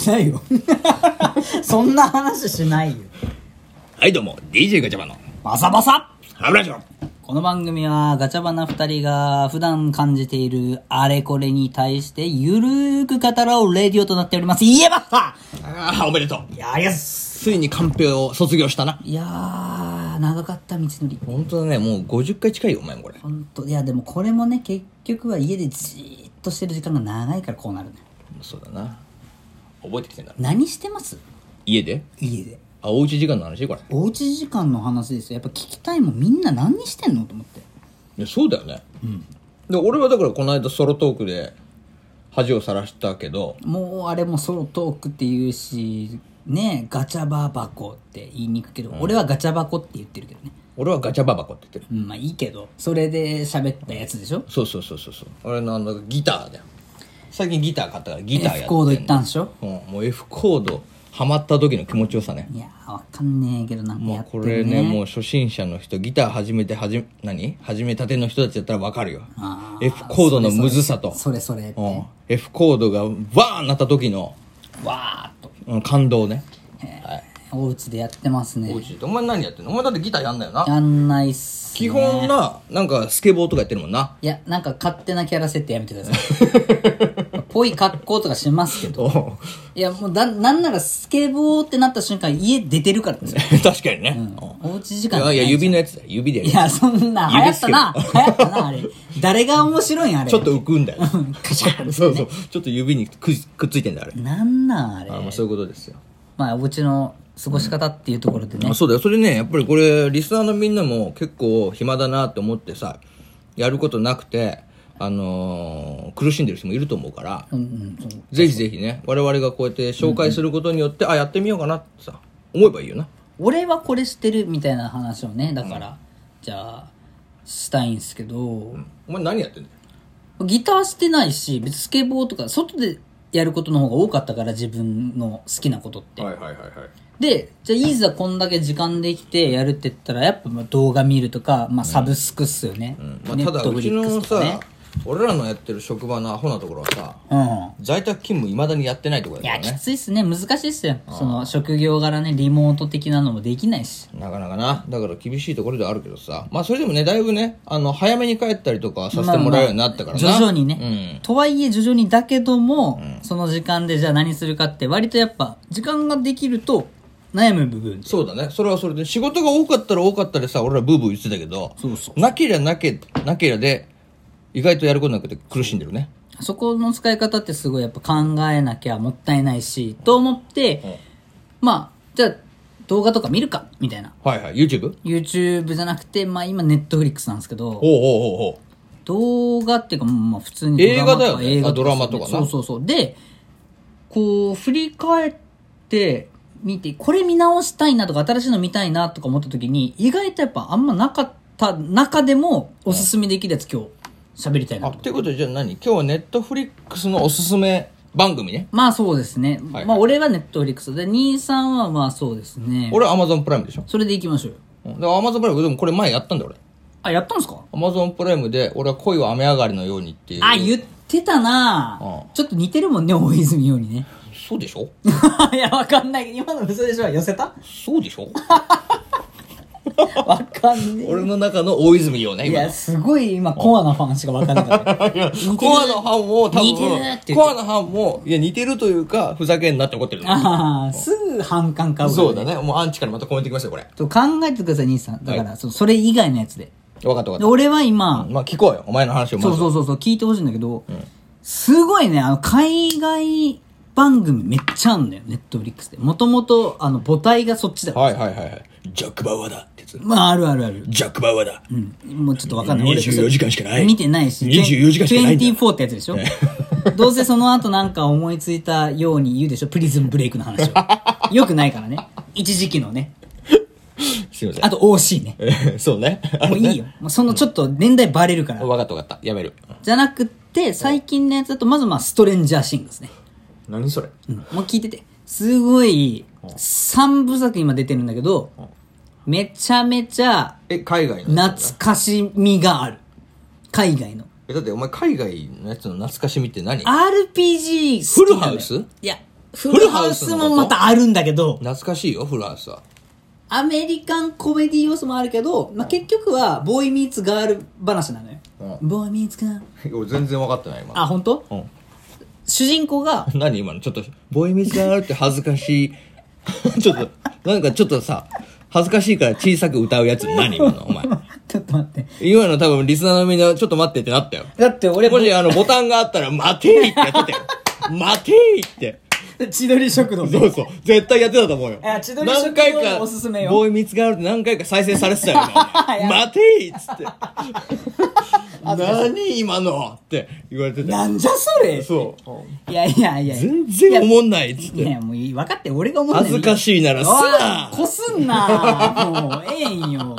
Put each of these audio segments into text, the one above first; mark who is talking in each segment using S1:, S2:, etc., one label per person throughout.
S1: しないよ そんな話しないよ
S2: はいどうも DJ ガチャバの
S1: バサバサ
S2: ハブラジオ
S1: この番組はガチャバナ2人が普段感じているあれこれに対してゆるーく語らうレディオとなっております言えば
S2: ああおめでとう
S1: いやーやす
S2: ついにカンペを卒業したない
S1: やー長かった道のり
S2: 本当だねもう50回近いよお前もこれ
S1: ほんといやでもこれもね結局は家でじーっとしてる時間が長いからこうなるね
S2: そうだな覚えてきてんだろ
S1: 何してます
S2: 家で
S1: 家で
S2: あおうち時間の話これ
S1: おうち時間の話ですよやっぱ聞きたいもんみんな何してんのと思って
S2: いやそうだよねうんで俺はだからこの間ソロトークで恥をさらしたけど
S1: もうあれもソロトークって言うしねガチャバ箱って言いにくいけど、俺はガチャ箱って言ってるけどね、
S2: 俺はガチャババコって言ってる
S1: うん、まあいいけどそれで喋ったやつでしょ
S2: そうそうそうそうそう俺のあのギターだよ最近ギター買ったからギターやって
S1: F
S2: んの
S1: コード行ったんでしょ
S2: うん、もう F コードハマった時の気持ちよさね
S1: いやーわかんねえけどなんか
S2: も
S1: や
S2: う
S1: って
S2: こ
S1: る
S2: れ
S1: ね
S2: ねもう初心者の人ギター始めて始め何始めたての人たちだったら分かるよ
S1: あ
S2: F コードのむずさと
S1: それそれって、
S2: うん、F コードがバーンなった時の、
S1: わーっと
S2: うん、感動ねはい
S1: お家でやってます
S2: お
S1: ね
S2: うちでお前何やってんのお前だってギターやんだよな
S1: やんないっすね
S2: 基本ななんかスケボーとかやってるもんない
S1: やなんか勝手なキャラ設定やめてくださ いぽい格好とかしますけど
S2: おう
S1: いやもうだなんならスケボーってなった瞬間家出てるからですよ
S2: 確かにね、
S1: おうち時
S2: うん
S1: 間
S2: いやいや指のやつだよ指でやる
S1: いやそんな流行ったな流行ったなあれ誰が面白いんあれ
S2: ちょっと浮くんだよ
S1: カシャンってね
S2: そうそうちょっと指にくっくっついてんだよあれ
S1: なんなんあれ
S2: あまあそういうことですよ
S1: まあお家の過ごし方っていうところでね
S2: あそうだよそれねやっぱりこれリスナーのみんなも結構暇だなって思ってさやることなくてあのー苦しんでる人もいると思うから、
S1: うんうんそう
S2: ぜひぜひね我々がこうやって紹介することによって、あやってみようかなってさ思えばいいよな
S1: 俺はこれしてるみたいな話をねだから、じゃあしたいんすけど、
S2: お前何やってんだよ
S1: ギターしてないし別にスケボーとか外でやることの方が多かったから自分の好きなことって、
S2: はいはいはいはい
S1: でじゃあいざこんだけ時間できてやるって言ったらやっぱまあ動画見るとか、まあ、サブスクっすよね、
S2: まあ、
S1: ネ
S2: た
S1: ッ
S2: だ
S1: ト
S2: う
S1: フリ
S2: ち
S1: ックス
S2: の
S1: とか
S2: さ、
S1: ね
S2: 俺らのやってる職場のアホなところはさ
S1: うん
S2: 在宅勤務いまだにやってないところ
S1: い
S2: だか
S1: や
S2: ら
S1: き
S2: ね
S1: ついっすね難しいっすよその職業柄ねリモート的なのもできないし
S2: なかなかなだから厳しいところではあるけどさまあそれでもねだいぶねあの早めに帰ったりとかさせてもらうようになったからな、
S1: まあまあ徐々にね、とはいえ徐々にだけども、その時間でじゃあ何するかって割とやっぱ時間ができると悩む部分
S2: そうだねそれはそれで仕事が多かったら多かったでさ俺らブーブー言ってたけど
S1: そうそ
S2: なけりゃなけなけりゃで意外とやることなくて苦しんでるね
S1: そこの使い方ってすごいやっぱ考えなきゃもったいないし、と思って、まあじゃあ動画とか見るかみたいな
S2: はいはい YouTube?
S1: YouTube じゃなくてまあ今 Netflix なんですけど
S2: おうおうおうおう
S1: 動画っていうか、まあ、普通に
S2: 映画だよね
S1: 映画
S2: あドラマとかな
S1: そうそうそうでこう振り返って見てこれ見直したいなとか新しいの見たいなとか思った時に意外とやっぱあんまなかった中でもおすすめできるやつ今日喋りたい
S2: あ
S1: なと
S2: っていうことでじゃあ何今日はネットフリックスのおすすめ番組ね
S1: まあそうですね、
S2: はい
S1: まあ俺はネットフリックスで兄さんはまあそうですね
S2: 俺は Amazon プライムでしょ
S1: それでいきましょうよ
S2: うんだから Amazon プライムでもこれ前やったんだよ俺
S1: あやったんですか
S2: Amazon プライムで俺は恋は雨上がりのようにっていう
S1: あ言ってたなあ
S2: う
S1: ちょっと似てるもんね大泉洋にね
S2: そうでしょ
S1: いやわかんない今の嘘でしょ寄せた
S2: そうでしょ
S1: わかんね
S2: 俺の中の大泉洋ね
S1: え。い
S2: 今
S1: や、すごい今、コアなファンしかわかんない から。
S2: コアのファンも多分
S1: 似てるって言って
S2: コアのファンもいや似てるというかふざけんなって怒ってる
S1: ああ、すぐ反感買う、
S2: そうだ。ねもうアンチからまたコメントきますよこれ
S1: と考えてください、兄さん。だから、そのそれ以外のやつで。
S2: 分かった分
S1: で
S2: かっ
S1: 俺は
S2: た
S1: 今、
S2: まあ聞こうよお前の話をま
S1: そ
S2: ず
S1: うそうそうそう、聞いてほしいんだけど、すごいね、あの、海外番組めっちゃあんだよ、ネットフリックスで。もともと、あの、母体がそっちだから。
S2: はいはいはいはいジャック・バウアーだってやつ
S1: まあ、あるあるある。
S2: ジャック・バウアーだ
S1: うんもうちょっとわかんない。俺
S2: 24時間しかない
S1: 見てないし。
S2: 24時間しかないんだよ
S1: 24ってやつでしょどうせその後なんか思いついたように言うでしょプリズムブレイクの話 を。よくないからね。一時期のね。
S2: すいません
S1: あと OC ね。
S2: えそうね
S1: もうい いよ。もうそのちょっと年代バレるから。
S2: 分かった分かったやめる
S1: じゃなくって、最近のやつだと、まずまあ、ストレンジャーシングスね。
S2: 何それ
S1: うんもう聞いてて。すごい、3部作今出てるんだけど、めちゃめちゃ
S2: え海外のや
S1: 懐
S2: つ
S1: かしみがある。海外の。
S2: えだってお前海外のやつの懐かしみって何
S1: RPG 好きなのよ
S2: フルハウス
S1: いやフルハウスもまたあるんだけど、
S2: 懐かしいよフルハウスは
S1: アメリカンコメディ要素もあるけど、まあ、結局は、ボーイミーツガール話なのよ。ボーイミーツガール。
S2: 俺全然分かってない今
S1: あ、本当？
S2: うん
S1: 主人公 が、
S2: 何今のちょっとボーイミスがあるって恥ずかしい ちょっとなんかちょっとさ恥ずかしいから小さく歌うやつ何今のお前
S1: ちょっと待って。
S2: 今の多分リスナーのみんなちょっと待ってってなったよ
S1: だって俺、
S2: もしあのボタンがあったら待ていってやってたよ待ていって
S1: 千鳥食堂
S2: そうそう絶対やってたと思うよ
S1: あ千鳥
S2: 何
S1: 食
S2: 回
S1: 堂
S2: か
S1: のおすすめよ
S2: ボーイミスがあるって何回か再生されて たよお前
S1: や
S2: 待ていっつって 何今のって言われてたよ
S1: なんじゃそれ
S2: そう
S1: いやいやいや。
S2: 全然おもんないっつって
S1: いや、もういい。分かって、俺が思う
S2: 恥ずかしいならすな
S1: こすんなもう、ええんよ。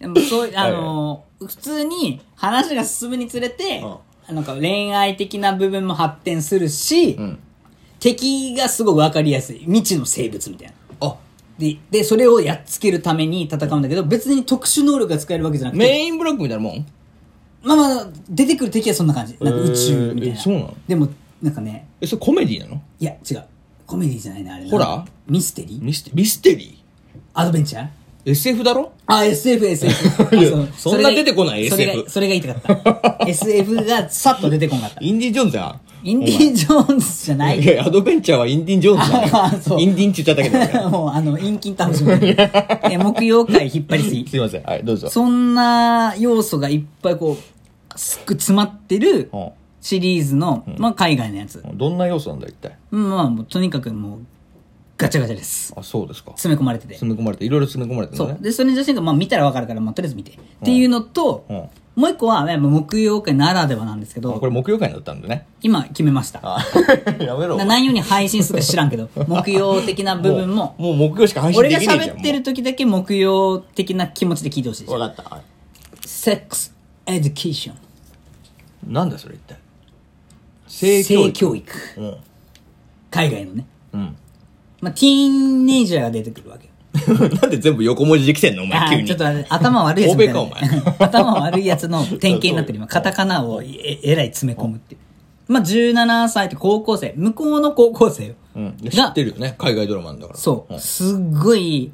S1: でもそう、あの、普通に話が進むにつれて、なんか恋愛的な部分も発展するし、敵がすごく分かりやすい。未知の生物みたいな。
S2: あ
S1: で、で、それをやっつけるために戦うんだけど、別に特殊能力が使えるわけじゃなくて、
S2: メインブロックみたいなもん
S1: まあまあ、出てくる敵はそんな感じ。なんか宇宙みたいな。
S2: えーえそうなの
S1: でも、なんかね、
S2: えそれコメディなの
S1: いや、違う。コメディじゃないな、あれな。
S2: ホラー
S1: ミステリー
S2: ミステミステリ
S1: アドベンチャー
S2: ー SF だろ
S1: あ、SF、SF。
S2: いや
S1: あう
S2: そんな
S1: れが
S2: 出てこない
S1: それが
S2: SF
S1: それが言いたかった。SF がさっと出てこなかった。
S2: インディ・ジョーンズや
S1: インディ・ジョーンズじゃない
S2: いやアドベンチャーはインディ・ジョーンズ
S1: あ
S2: だ
S1: そ
S2: よ
S1: う
S2: インディンって言っちゃったけど だから
S1: もう、あの、陰金倒し みたいなえ木曜会引っ張りすぎ。
S2: すいませんはいどうぞ
S1: そんな要素がいっぱいこう、すっく詰まってる
S2: うん
S1: シリーズの、まあ海外のやつ。
S2: どんな要素なんだ一体
S1: うんまあもうとにかくもう、ガチャガチャです。
S2: あそうですか
S1: 詰め込まれてて。
S2: 詰め込まれていろいろ詰め込まれてる
S1: そ
S2: の
S1: う
S2: ね。
S1: で、それの写真が、まあ見たらわかるから、まあとりあえず見て。っていうのと、
S2: うん
S1: もう一個は、やっぱ木曜会ならではなんですけ
S2: あ
S1: ど、
S2: これ木曜会だったんだね
S1: 今決めました。
S2: あ やめろ
S1: な何曜に配信するか知らん けど、木曜的な部分も、
S2: もう木曜しか配信
S1: 俺
S2: で
S1: が
S2: きねえじゃん
S1: 喋ってる時だけ木曜的な気持ちで聞いてほしい
S2: もうわかったはい
S1: セックス・エデュケーション。
S2: なんだそれ一体
S1: 性教育。
S2: うん
S1: 海外のね。
S2: うん
S1: まあ、ティーンネイジャーが出てくるわけよ。
S2: なんで全部横文字できてんのお
S1: あ
S2: 前急
S1: ー
S2: に
S1: ちょっと待って頭悪いやつみたいな。
S2: 欧米か
S1: 頭悪いやつの典型になってる今。カタカナをええらい詰め込むっていう。まあ、17歳って高校生、向こうの高校生よ
S2: うん、いや知
S1: が
S2: ってるよね海外ドラマなんだから
S1: そう。
S2: ん
S1: すっごい、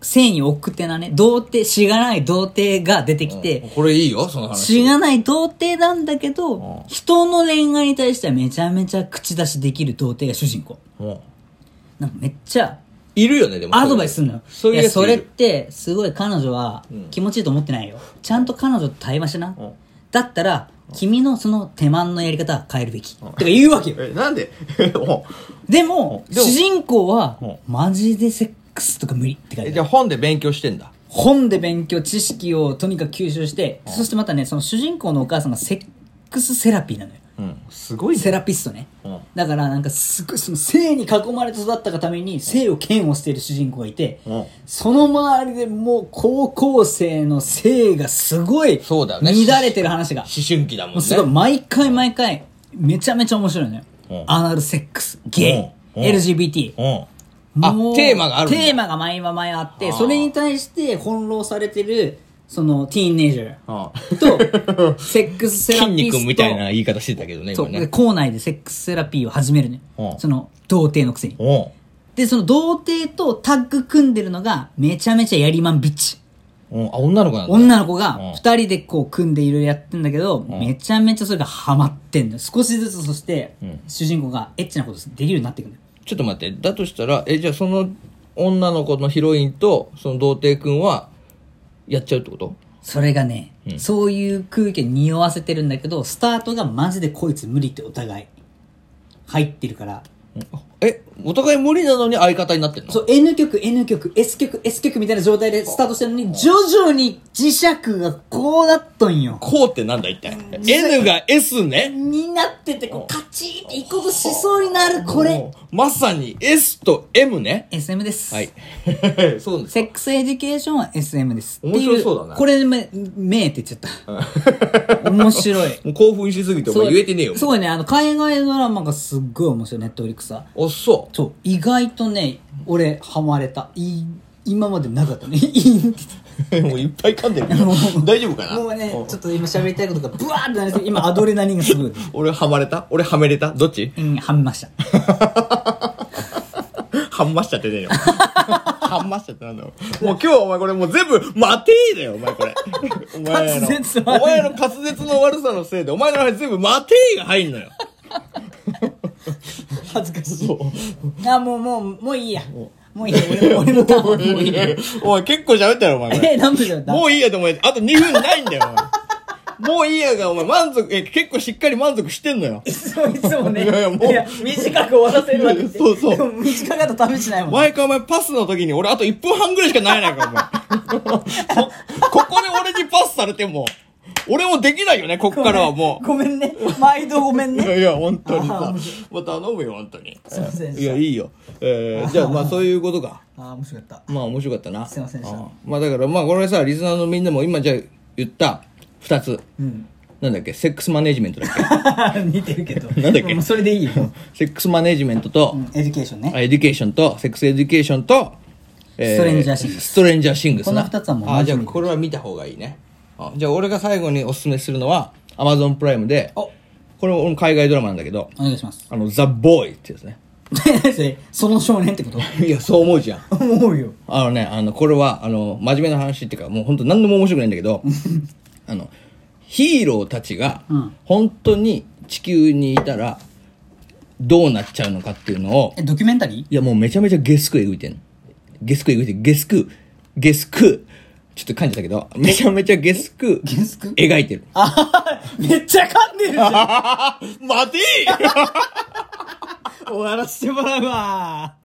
S1: 繊維奥手なね、童貞、しがない童貞が出てきて、
S2: これいいよその話
S1: しがない童貞なんだけど、人の恋愛に対してはめちゃめちゃ口出しできる童貞が主人公。
S2: うん
S1: なんかめっちゃ、
S2: いるよねでも
S1: アドバイスするのよ。
S2: そういう
S1: や
S2: やつ
S1: そ
S2: い
S1: れっ
S2: る
S1: て、すごい彼女は気持ちいいと思ってないよ。ちゃんと彼女と対話しな。だったら、君のその手間のやり方は変えるべき。とか言うわけよ。
S2: えなんで
S1: でも、
S2: でも
S1: 主人公は
S2: うん、
S1: マジでセックスとか無理って感
S2: え
S1: じ
S2: じゃ。あ本で勉強してんだ
S1: 本で勉強、知識をとにかく吸収して、そしてまたね、その主人公のお母さんがセックスセラピーなのよ。
S2: うんすごい
S1: セラピストね、
S2: うん
S1: だからなんかすごいその性に囲まれて育ったがために性を嫌悪している主人公がいて、
S2: うん
S1: その周りでもう高校生の性がすごい
S2: そうだよね
S1: 乱れてる話が、
S2: 思春期だもん
S1: もう
S2: ね
S1: すごい毎回毎回めちゃめちゃ面白いのよ、
S2: うん
S1: アナルセックスゲイ、
S2: うんうん
S1: LGBT、
S2: うんあ
S1: もう
S2: テーマがあるんだ
S1: テーマが毎話毎話あっ
S2: あ
S1: て
S2: ー
S1: それに対して翻弄されてるそのティーンネイジャー
S2: うん
S1: とセックスセラ
S2: 筋
S1: ピスト
S2: 肉みたいな言い方してたけどね
S1: そ
S2: 今
S1: う、で
S2: ね
S1: 校内でセックスセラピーを始めるね
S2: う。ん
S1: その、童貞のくせに。
S2: おう
S1: で、その童貞とタッグ組んでるのが、めちゃめちゃやりまんビッチ。
S2: おうあ女の子なんだ
S1: 女の子が
S2: うん
S1: 二人でこう組んでいろいろやってんだけど、めちゃめちゃそれがハマってんのよ。少しずつそして、主人公がエッチなことできるようになっていくのよ。
S2: ちょっと待ってだとしたらえじゃあその女の子のヒロインとその童貞くんはやっちゃうってこと
S1: それがね、そういう空気を匂わせてるんだけど、スタートがマジでこいつ無理ってお互い入ってるから、
S2: えお互い無理なのに相方になってんの
S1: そう、N 曲、N 曲、S 曲、S 曲みたいな状態でスタートしてるのに、徐々に磁石がこうなっとんよ。
S2: こうってなんだ一体 N が S ね
S1: になってて、こう、カチーって一個としそうになる、これ。
S2: もうまさに S と M ね
S1: SM です。
S2: はい そう です
S1: セックスエデュケーションは SM です。
S2: 面白そうだ
S1: っ
S2: ね
S1: ていこれでめ、めーって言っちゃっ た。面白い。
S2: もう興奮しすぎてお前言えてねえよ
S1: すごいね、あの、海外ドラマがすっごい面白い、ネットフリックスは。
S2: おっそ
S1: そう、意外とね、俺、ハマれた。い、今までなかったね。いいって言って
S2: もういっぱい噛んでるけど大丈夫かな
S1: もうね
S2: お
S1: ちょっと今喋りたいことがブワーってなりすぎて 今アドレナリンがすごい
S2: 俺はまれた俺はめれたどっち
S1: うんはみました
S2: はんましちゃっ てねえよはんましちゃってなんだろうもう今日はお前これもう全部「待てー」だよお前これお前 の
S1: 滑舌悪い
S2: お前の滑舌の悪さのせいでお前の話全部「待てー」が入んのよ
S1: 恥ずかしい
S2: そう
S1: あもうもうもういいやもういいや俺の俺のターンもういいや
S2: お前結構喋ったよお前こ れ
S1: え何分だった
S2: もういいやと思えあと2分ないんだよお前もういいやがお前満足え結構しっかり満足してんのよ
S1: いつもいつもね
S2: いやいやもう
S1: 短く終わらせるわけ で
S2: そうそう
S1: でも短かったら試しないもん
S2: 毎回お前パスの時に俺あと1分半ぐらいしかないやないか、 お前。こ、ここで俺にパスされても、俺もできないよね、こっからはも
S1: ごめんね毎度ごめん
S2: う。い
S1: ね
S2: やいや、本当に
S1: あー
S2: さ
S1: 面。
S2: まあ頼むよ、本当に。
S1: すいませんでした
S2: いや、いいよ。えー、じゃあまあそういうことか。
S1: ああ面白かった
S2: まあ面白かったな。
S1: すいませんでした
S2: あーまあだからまあこれさ、リスナーのみんなも今じゃあ言った2つ。
S1: うん
S2: なんだっけ、セックスマネジメントだっけ
S1: 似てるけど
S2: なんだっけ
S1: もうそれでいいよ、
S2: セックスマネジメントと
S1: う、ん、エデュケーションね
S2: エデュケーションと、セックスエデュケーションと、
S1: ストレンジャーシング
S2: ス。ストレンジャーシングス
S1: こ
S2: な。
S1: の二つはもう
S2: あ、
S1: マ
S2: じ
S1: ジ
S2: ゃあ
S1: で
S2: これは見た方がいいね。あじゃあ俺が最後におすすめするのは、アマゾンプライムで、
S1: お
S2: これ俺も海外ドラマなんだけど、
S1: お願いします
S2: あの、ザ・ボーイってやつね。
S1: え何それその少年ってこと
S2: いや、そう思うじゃん。
S1: 思うよ
S2: あのね、あの、これは、あの、真面目な話っていうか、もう本当何でも面白くないんだ けど、あの、ヒーローたちが
S1: うん、
S2: 本当に地球にいたら、どうなっちゃうのかっていうのを、
S1: えドキュメンタリ
S2: いや、もうめちゃめちゃゲスクえぐいてんの。ゲスクえぐいてん、ゲスク、ゲスク、ちょっと噛んじゃったけど、めちゃめちゃゲスク、
S1: ゲスク
S2: 描いてる。
S1: あははめっちゃ噛んでるじゃん
S2: 待て
S1: 終わらせてもらうわ